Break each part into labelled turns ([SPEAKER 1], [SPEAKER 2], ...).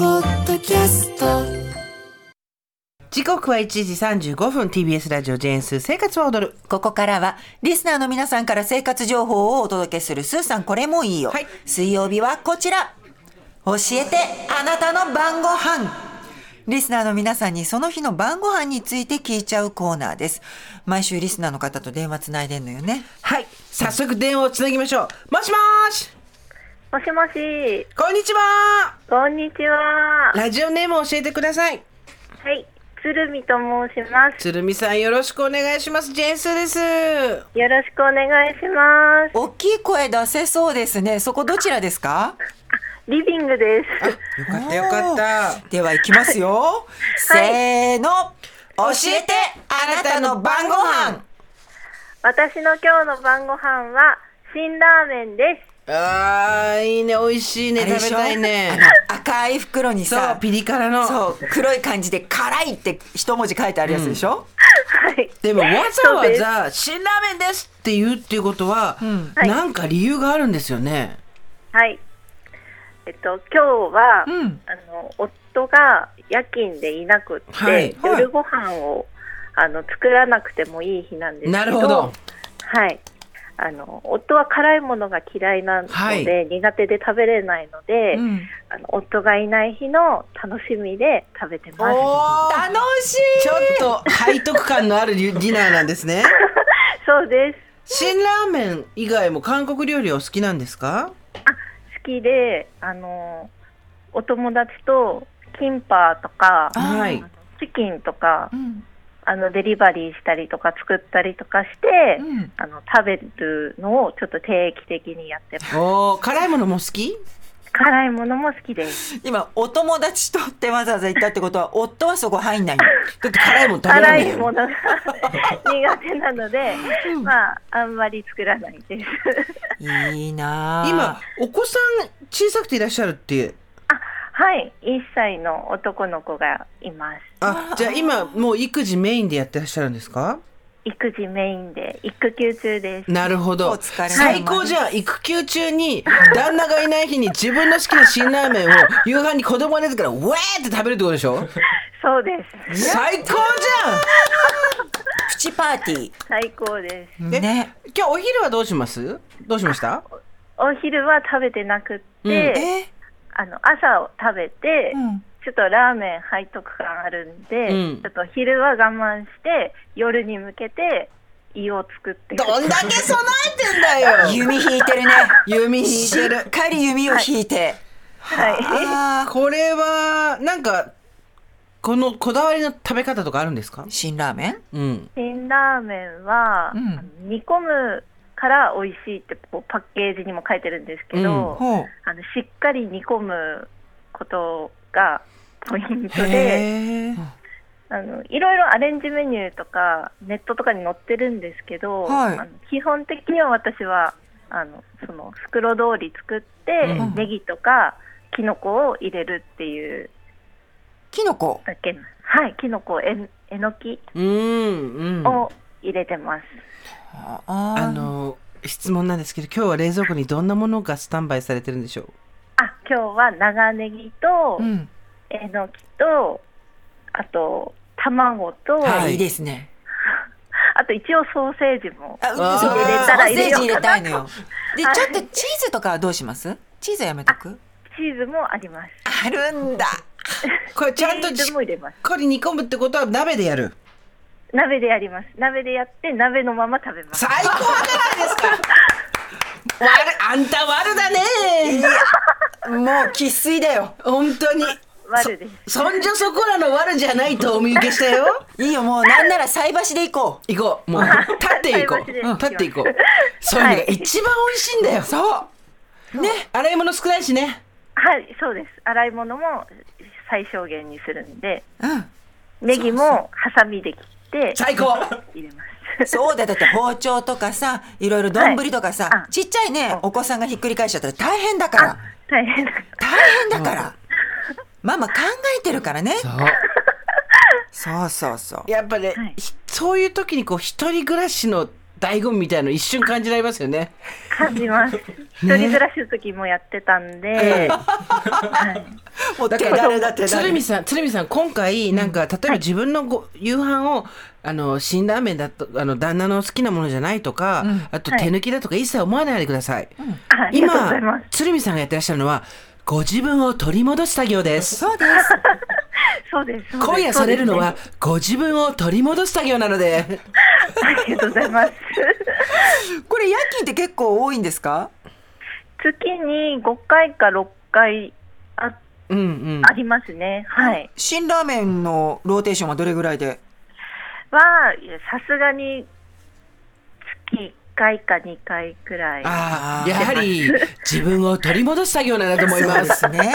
[SPEAKER 1] キャスト
[SPEAKER 2] 時刻は1時35分 TBS ラジオジェーンスー生活は踊る
[SPEAKER 3] ここからは、リスナーの皆さんから生活情報をお届けする、スーさんこれもいいよ。
[SPEAKER 2] はい
[SPEAKER 3] 水曜日はこちら。教えて、あなたの晩ご飯。リスナーの皆さんにその日の晩ご飯について聞いちゃうコーナーです。毎週リスナーの方と電話つないでんのよね。
[SPEAKER 2] はい早速電話をつなぎましょうもしもーし
[SPEAKER 4] もしもし、
[SPEAKER 2] こんにちは
[SPEAKER 4] こんにちは。
[SPEAKER 2] ラジオネームを教えてください
[SPEAKER 4] はい、鶴見と申します。
[SPEAKER 2] 鶴見さんよろしくお願いしますジェーンスーです
[SPEAKER 4] よろしくお願いします。
[SPEAKER 3] 大きい声出せそうですね。そこどちらですか
[SPEAKER 4] リビングです。
[SPEAKER 2] よかったよかった
[SPEAKER 3] では行きますよ。せーの。教えて、あなたの晩ご飯。
[SPEAKER 4] 私の今日の晩ご飯は辛ラーメンで
[SPEAKER 2] あーいいね美味しいね
[SPEAKER 3] あれで
[SPEAKER 2] 食べ
[SPEAKER 3] しょ
[SPEAKER 2] たいね
[SPEAKER 3] あの赤い袋に
[SPEAKER 2] そ
[SPEAKER 3] さ
[SPEAKER 2] うピリ辛の
[SPEAKER 3] そう黒い感じで「辛い」って一文字書いてあるやつでしょ、
[SPEAKER 4] す。はい。
[SPEAKER 2] でもわざ
[SPEAKER 4] そう
[SPEAKER 2] わ
[SPEAKER 4] です
[SPEAKER 2] ざ「辛ラーメンです」って言うっていうことは、
[SPEAKER 4] はい
[SPEAKER 2] なんか理由があるんですよね
[SPEAKER 4] はい。えっと今日は、
[SPEAKER 3] ん
[SPEAKER 4] あの夫が夜勤でいなくって、
[SPEAKER 2] はい
[SPEAKER 4] 夜ご飯をあの作らなくてもいい日なんですけど。
[SPEAKER 2] なるほど。
[SPEAKER 4] はい。あの夫は辛いものが嫌いなので、
[SPEAKER 2] はい
[SPEAKER 4] 苦手で食べれないので、
[SPEAKER 3] うん
[SPEAKER 4] あの夫がいない日の楽しみで食べて
[SPEAKER 2] お
[SPEAKER 4] ます。
[SPEAKER 2] ー
[SPEAKER 3] 楽しい
[SPEAKER 2] ちょっと背徳感のあるディナーなんです ね。
[SPEAKER 4] そうです。
[SPEAKER 2] 辛ラーメン以外も韓国料理お好きなんですか？
[SPEAKER 4] 好きで、あのお友達とキンパとか
[SPEAKER 3] あー
[SPEAKER 2] はい。
[SPEAKER 4] チキンとか
[SPEAKER 3] うん
[SPEAKER 4] あのデリバリーしたりとか作ったりとかして、
[SPEAKER 3] うん
[SPEAKER 4] あの食べるのをちょっと定期的にやってます。
[SPEAKER 2] おお、辛いものも好き？
[SPEAKER 4] 辛いものも好きです。
[SPEAKER 3] 今お友達とってわざわざ言ったってことは夫はそこ入んない
[SPEAKER 2] だって辛いもの食べられな
[SPEAKER 4] 辛
[SPEAKER 2] い
[SPEAKER 4] い
[SPEAKER 2] よ。
[SPEAKER 4] も のが苦手なので、まああんまり作らないです。
[SPEAKER 3] のいいなあ
[SPEAKER 2] 今お子さん小さくていらっしゃるって。
[SPEAKER 4] はい、1歳の男の子がいます。
[SPEAKER 2] あ、じゃあ今もう育児メインでやってらっしゃるんですか？
[SPEAKER 4] 育児メインで育休中です。
[SPEAKER 2] なるほど。
[SPEAKER 3] お疲れ様です
[SPEAKER 2] 最高じゃん。育休中に旦那がいない日に自分の好きな辛ラーメンを夕飯に子供が出てからウェーって食べるってことでしょ？
[SPEAKER 4] そうです。
[SPEAKER 2] 最高じゃん。
[SPEAKER 3] プチパーティ
[SPEAKER 4] 最高です。
[SPEAKER 3] ー
[SPEAKER 2] え
[SPEAKER 3] ね
[SPEAKER 2] 今日お昼はどうします？どうしました？
[SPEAKER 4] お昼は食べてなくって、
[SPEAKER 2] うん
[SPEAKER 3] え
[SPEAKER 4] あの朝を食べて、
[SPEAKER 3] うん
[SPEAKER 4] ちょっとラーメン背徳感あるんで、
[SPEAKER 2] うん
[SPEAKER 4] ちょっと昼は我慢して夜に向けて胃を作ってる
[SPEAKER 2] どんだけ備えてんだよ。
[SPEAKER 3] 弓引いてるね
[SPEAKER 2] 弓引い
[SPEAKER 3] して
[SPEAKER 2] る
[SPEAKER 3] っ。かり弓を引いて、
[SPEAKER 4] はい、
[SPEAKER 3] あ
[SPEAKER 2] これはなんかこのこだわりの食べ方とかあるんですか
[SPEAKER 3] ー？辛ラーメン
[SPEAKER 2] うん。
[SPEAKER 4] 辛ラーメンは、
[SPEAKER 3] うん
[SPEAKER 4] あの煮込むから美味しいってこうパッケージにも書いてるんですけど、
[SPEAKER 3] ほう
[SPEAKER 4] あのしっかり煮込むことがポイントで
[SPEAKER 2] へえ。
[SPEAKER 4] あのいろいろアレンジメニューとかネットとかに載ってるんですけど、
[SPEAKER 3] はい
[SPEAKER 4] あの基本的には私はあのその袋通り作って、
[SPEAKER 2] うん
[SPEAKER 4] ネギとかキノコを入れるっていう
[SPEAKER 3] キノコ
[SPEAKER 4] だけなはいキノコええのき
[SPEAKER 2] うんうん。
[SPEAKER 4] を入れてます、
[SPEAKER 3] あ
[SPEAKER 2] あ
[SPEAKER 3] あ
[SPEAKER 2] の質問なんですけど今日は冷蔵庫にどんなものがスタンバイされてるんでしょう？
[SPEAKER 4] あ今日は長ネギと
[SPEAKER 3] うん
[SPEAKER 4] えのきとあと卵と、
[SPEAKER 3] は
[SPEAKER 2] は
[SPEAKER 3] い、
[SPEAKER 2] い
[SPEAKER 3] いいですね
[SPEAKER 4] あと一応ソーセージも
[SPEAKER 3] あ、
[SPEAKER 2] あー
[SPEAKER 3] そう
[SPEAKER 2] 入れた
[SPEAKER 4] ら
[SPEAKER 3] ソーセージ入
[SPEAKER 4] 入れようかな
[SPEAKER 3] れたいの よ。で、ちょ
[SPEAKER 4] は
[SPEAKER 3] っ
[SPEAKER 4] い
[SPEAKER 3] とチーズとかはどうしますチーズはやめとく
[SPEAKER 4] チーズもあります
[SPEAKER 3] あるんだ。
[SPEAKER 2] これちゃんと
[SPEAKER 4] チー
[SPEAKER 2] し
[SPEAKER 4] ズ
[SPEAKER 2] っ
[SPEAKER 4] も入れます
[SPEAKER 2] かり煮込むってことは鍋でやる。
[SPEAKER 4] 鍋でやります鍋でやって鍋のまま食べます
[SPEAKER 2] 最高じゃないですか。 悪あんた悪だね。
[SPEAKER 3] もう生粋だよ。
[SPEAKER 2] 本当に。
[SPEAKER 4] 悪です
[SPEAKER 2] そんじょそこらの悪じゃないとお見受けしたよ。
[SPEAKER 3] いいよ、もうなんなら菜箸で行こ
[SPEAKER 2] 行こう。もう、立って行こ
[SPEAKER 4] 菜箸で
[SPEAKER 2] う。立って行こう。そういうのが一番美味しいんだよ。そう。ね、洗い物少ないしね。
[SPEAKER 4] はい、そうです。洗い物も最小限にするんで、
[SPEAKER 3] う。うん。
[SPEAKER 4] ネギもハサミで切って
[SPEAKER 2] 最高。
[SPEAKER 4] 入れま
[SPEAKER 3] そうだよ、だって包丁とかさ、いろいろ丼とかさ、
[SPEAKER 4] はいあ
[SPEAKER 3] ちっちゃいね、お子さんがひっくり返しちゃったら大変だか
[SPEAKER 4] す。
[SPEAKER 3] ら
[SPEAKER 4] あ。、大変だ。
[SPEAKER 3] 大変だから。ママ考えてるからね。
[SPEAKER 2] そう。
[SPEAKER 3] そうそうそう。
[SPEAKER 2] やっぱね
[SPEAKER 4] はい、
[SPEAKER 2] ひそういう時にこう、一人暮らしの醍醐味みたいの一瞬感じられますよね。
[SPEAKER 4] 感じます。一人暮らしの時もやってたんで、
[SPEAKER 3] もう
[SPEAKER 2] だ
[SPEAKER 3] 手
[SPEAKER 2] から
[SPEAKER 3] だ手だ
[SPEAKER 2] 鶴見さん、鶴見さん、今回、なんか、例えば自分のご夕飯を、あの、辛ラーメンだと、あの、旦那の好きなものじゃないとか、あと
[SPEAKER 4] はい
[SPEAKER 2] 手抜きだとか一切思わないでください。
[SPEAKER 4] ありがとうございま
[SPEAKER 2] 今、鶴見さんがやってらっしゃるのは、ご自分を取り戻す作業です。
[SPEAKER 3] そうです。
[SPEAKER 4] そうです。そうです
[SPEAKER 2] 今夜されるの、
[SPEAKER 4] そう
[SPEAKER 2] は
[SPEAKER 4] で、
[SPEAKER 2] ご自分を取り戻す作業なので、
[SPEAKER 4] す ねありがとうございます。
[SPEAKER 3] これ夜勤って結構多いんですか？
[SPEAKER 4] 月に5回か6回あ
[SPEAKER 2] うんうん。
[SPEAKER 4] ありますね。はい。
[SPEAKER 3] 辛ラーメンのローテーションはどれぐらいで？
[SPEAKER 4] は、さすがに月1回か2回くらい。
[SPEAKER 3] あ
[SPEAKER 2] ああ、
[SPEAKER 3] ー
[SPEAKER 2] やはり、自分を取り戻す作業なんだと思います。
[SPEAKER 3] そうですね。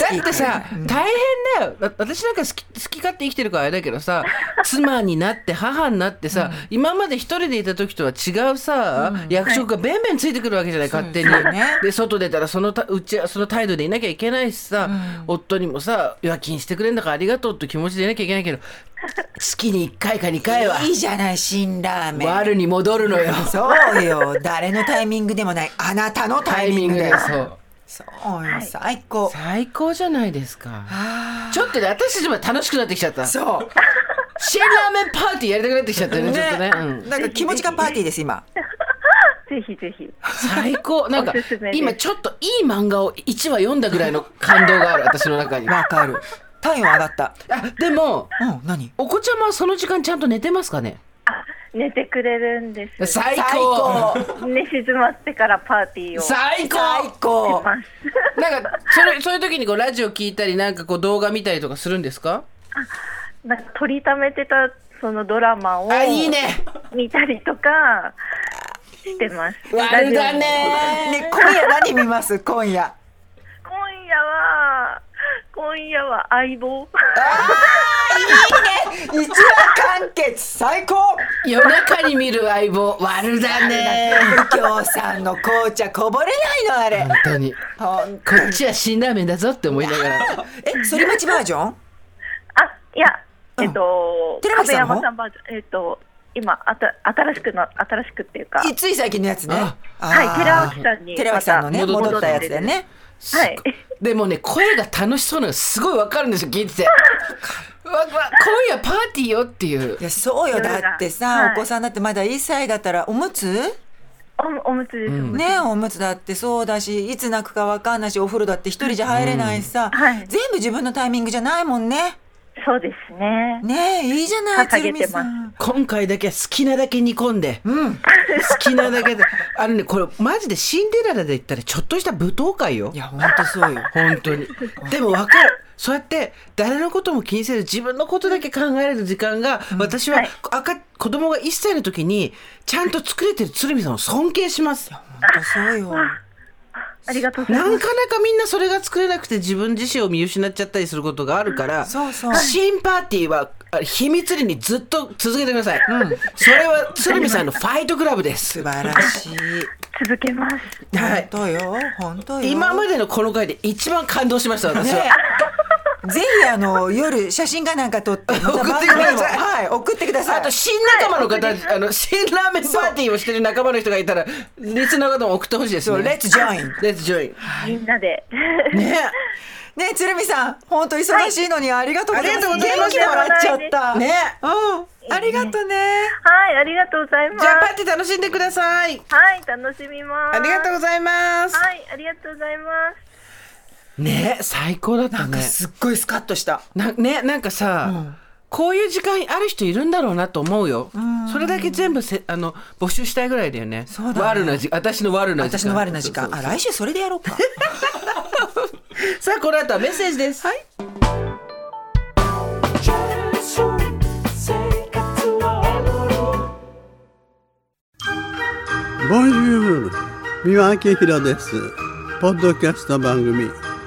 [SPEAKER 2] だってさ、大変だよ。わ私なんか好き好き勝手生きてるからあれだけど さ、妻になって母になってさ、今まで一人でいた時とは違うさ、役職がべんべんついてくるわけじゃない、勝手に。
[SPEAKER 3] そうですね
[SPEAKER 2] で、外出たらそのたうちその態度でいなきゃいけないしさ、夫にもさ、夜勤してくれんだからありがとうって気持ちでいなきゃいけないけど、月に1回か2回はい
[SPEAKER 3] いじゃない辛ラーメン。
[SPEAKER 2] 我に戻るのよ。
[SPEAKER 3] そうよ。誰のタイミングでもないあなたのタ
[SPEAKER 2] タ
[SPEAKER 3] イ
[SPEAKER 2] イ
[SPEAKER 3] ミ
[SPEAKER 2] ミ
[SPEAKER 3] ン
[SPEAKER 2] ン
[SPEAKER 3] グ
[SPEAKER 2] グで
[SPEAKER 3] で。
[SPEAKER 2] そう。
[SPEAKER 3] そうよ最高。
[SPEAKER 2] 最高じゃないですか。
[SPEAKER 3] あ
[SPEAKER 2] ちょっとね、私たちも楽しくなってきちゃった
[SPEAKER 3] ー。そう。
[SPEAKER 2] シェラーメンパーティーやりたくなってきちゃったよね、ちょっとね。うん、
[SPEAKER 3] なんか気持ちがパーティーです今。
[SPEAKER 4] ぜひぜひ。
[SPEAKER 2] 最高。なんか
[SPEAKER 4] おすすめ、です
[SPEAKER 2] 今ちょっといい漫画を1話読んだぐらいの感動がある、私の中に。あ
[SPEAKER 3] わかる。体温上がった。
[SPEAKER 2] でも、
[SPEAKER 3] うん何？
[SPEAKER 2] お子ちゃまはその時間ちゃんと寝てますかね
[SPEAKER 4] 寝てくれるんです。
[SPEAKER 2] 最高
[SPEAKER 4] 寝静まってからパーティーをし
[SPEAKER 2] 最高
[SPEAKER 3] 最高。
[SPEAKER 4] ま す。
[SPEAKER 2] なんか、それ、そういう時にこう、ラジオ聞いたり、なんかこう、動画見たりとかするんですか
[SPEAKER 4] なんか取りためてたそのドラマを
[SPEAKER 2] あ、いいね
[SPEAKER 4] 見たりとかしてます。
[SPEAKER 2] 悪だ
[SPEAKER 3] ね
[SPEAKER 2] ね
[SPEAKER 3] 今夜何見ます今夜。
[SPEAKER 4] 今夜は今夜は相棒。
[SPEAKER 3] いいね一話完結最高
[SPEAKER 2] 夜中に見る相棒、悪だね
[SPEAKER 3] 右京さんの紅茶こぼれないのあれ
[SPEAKER 2] 本当に。こ
[SPEAKER 3] ほん
[SPEAKER 2] っちは辛ラーメンだぞって思いながら。
[SPEAKER 3] え反町バージョン
[SPEAKER 4] あいやえっと、
[SPEAKER 3] 寺脇
[SPEAKER 4] 壁
[SPEAKER 3] さんも
[SPEAKER 4] 山さんバージョンえっと今あた新しくの新しくっていうか
[SPEAKER 3] いつい最近のやつね
[SPEAKER 2] あ
[SPEAKER 4] はい
[SPEAKER 3] あー
[SPEAKER 4] 寺脇さんに
[SPEAKER 3] 寺脇さんのね
[SPEAKER 2] また戻って
[SPEAKER 3] 戻ったやつだよね
[SPEAKER 4] はい
[SPEAKER 2] でもね声が楽しそうなのがすごいわかるんですよ聞いててわわ今夜パーティーよっていう
[SPEAKER 3] いやそうよ
[SPEAKER 4] それ
[SPEAKER 3] だ
[SPEAKER 4] が
[SPEAKER 3] ってさ、
[SPEAKER 4] はい
[SPEAKER 3] お子さんだってまだ1歳だったらおむつ
[SPEAKER 4] おおむつです。
[SPEAKER 3] ねおむつだってそうだしいつ泣くかわかんないしお風呂だって一人じゃ入れないしさ、
[SPEAKER 4] うんはい
[SPEAKER 3] 全部自分のタイミングじゃないもんね
[SPEAKER 4] そうですね。
[SPEAKER 3] ねいいじゃない
[SPEAKER 4] 掲
[SPEAKER 3] 鶴
[SPEAKER 4] げ
[SPEAKER 3] 見
[SPEAKER 4] てます
[SPEAKER 3] さん
[SPEAKER 2] 今回だけは好きなだけ煮込んで、
[SPEAKER 3] うん
[SPEAKER 2] 好きなだけであのねこれマジでシンデレラで言ったらちょっとした舞踏会よ
[SPEAKER 3] いやほんとそうよ
[SPEAKER 2] 本当にでもわかるそうやって誰のことも気にせず自分のことだけ考える時間が、私は、
[SPEAKER 4] はい
[SPEAKER 2] 赤子供が1歳の時にちゃんと作れてる鶴見さんを尊敬します
[SPEAKER 3] ほんとそうよ
[SPEAKER 4] ありがとうござい
[SPEAKER 2] なか
[SPEAKER 4] ま
[SPEAKER 2] な
[SPEAKER 4] す。
[SPEAKER 2] かみんなそれが作れなくて自分自身を見失っちゃったりすることがあるから、
[SPEAKER 3] そうそう
[SPEAKER 2] 新パーティーはあ秘密裏にずっと続けてください。それは鶴見さんのファイトクラブで
[SPEAKER 3] 素
[SPEAKER 2] す。
[SPEAKER 3] 晴らしい
[SPEAKER 4] 続けます。
[SPEAKER 2] はい
[SPEAKER 3] 本。当よ本当よ
[SPEAKER 2] 今までのこの回で一番感動しました、私は。
[SPEAKER 3] ねぜひあの夜写真かなんか撮ってまた番組にも
[SPEAKER 2] 送ってください
[SPEAKER 3] はい送ってくださ
[SPEAKER 2] あ
[SPEAKER 3] い
[SPEAKER 2] と、新仲間の方、あの、新ラーメンパーティーをしてる仲間の人がいたら、リスナーの方も送ってほしいです
[SPEAKER 3] そうレ
[SPEAKER 2] ね。
[SPEAKER 3] ッツジョイン
[SPEAKER 2] レッツジョイン。
[SPEAKER 4] みんなで。
[SPEAKER 2] ね
[SPEAKER 3] ねえ鶴見さん本当忙しいのにありがとうございます、
[SPEAKER 2] ありがとうございます
[SPEAKER 3] 元気で笑っちゃった
[SPEAKER 2] ね
[SPEAKER 3] うんありがとうね
[SPEAKER 4] はい、ありがとうございま
[SPEAKER 2] じ
[SPEAKER 4] す
[SPEAKER 2] ゃあ、。パーティー楽しんでください。
[SPEAKER 4] はい、楽しみます。
[SPEAKER 2] ありがとうございます。
[SPEAKER 4] はい、ありがとうございます。
[SPEAKER 2] ね最高だった
[SPEAKER 3] なんか
[SPEAKER 2] ね。
[SPEAKER 3] すっごいスカッとした
[SPEAKER 2] なねなんかさ、こういう時間ある人いるんだろうなと思うよ。それだけ全部せあの募集したいぐらいだよね。
[SPEAKER 3] そうだね
[SPEAKER 2] 悪なじ私の悪な時間。
[SPEAKER 3] 私の悪な時間
[SPEAKER 2] そう
[SPEAKER 3] あ
[SPEAKER 2] そう
[SPEAKER 3] 来週それでやろうか
[SPEAKER 2] そうさあこの後はメッセージです。はい。
[SPEAKER 1] ボンジュール三輪明宏ですポッドキャスト番組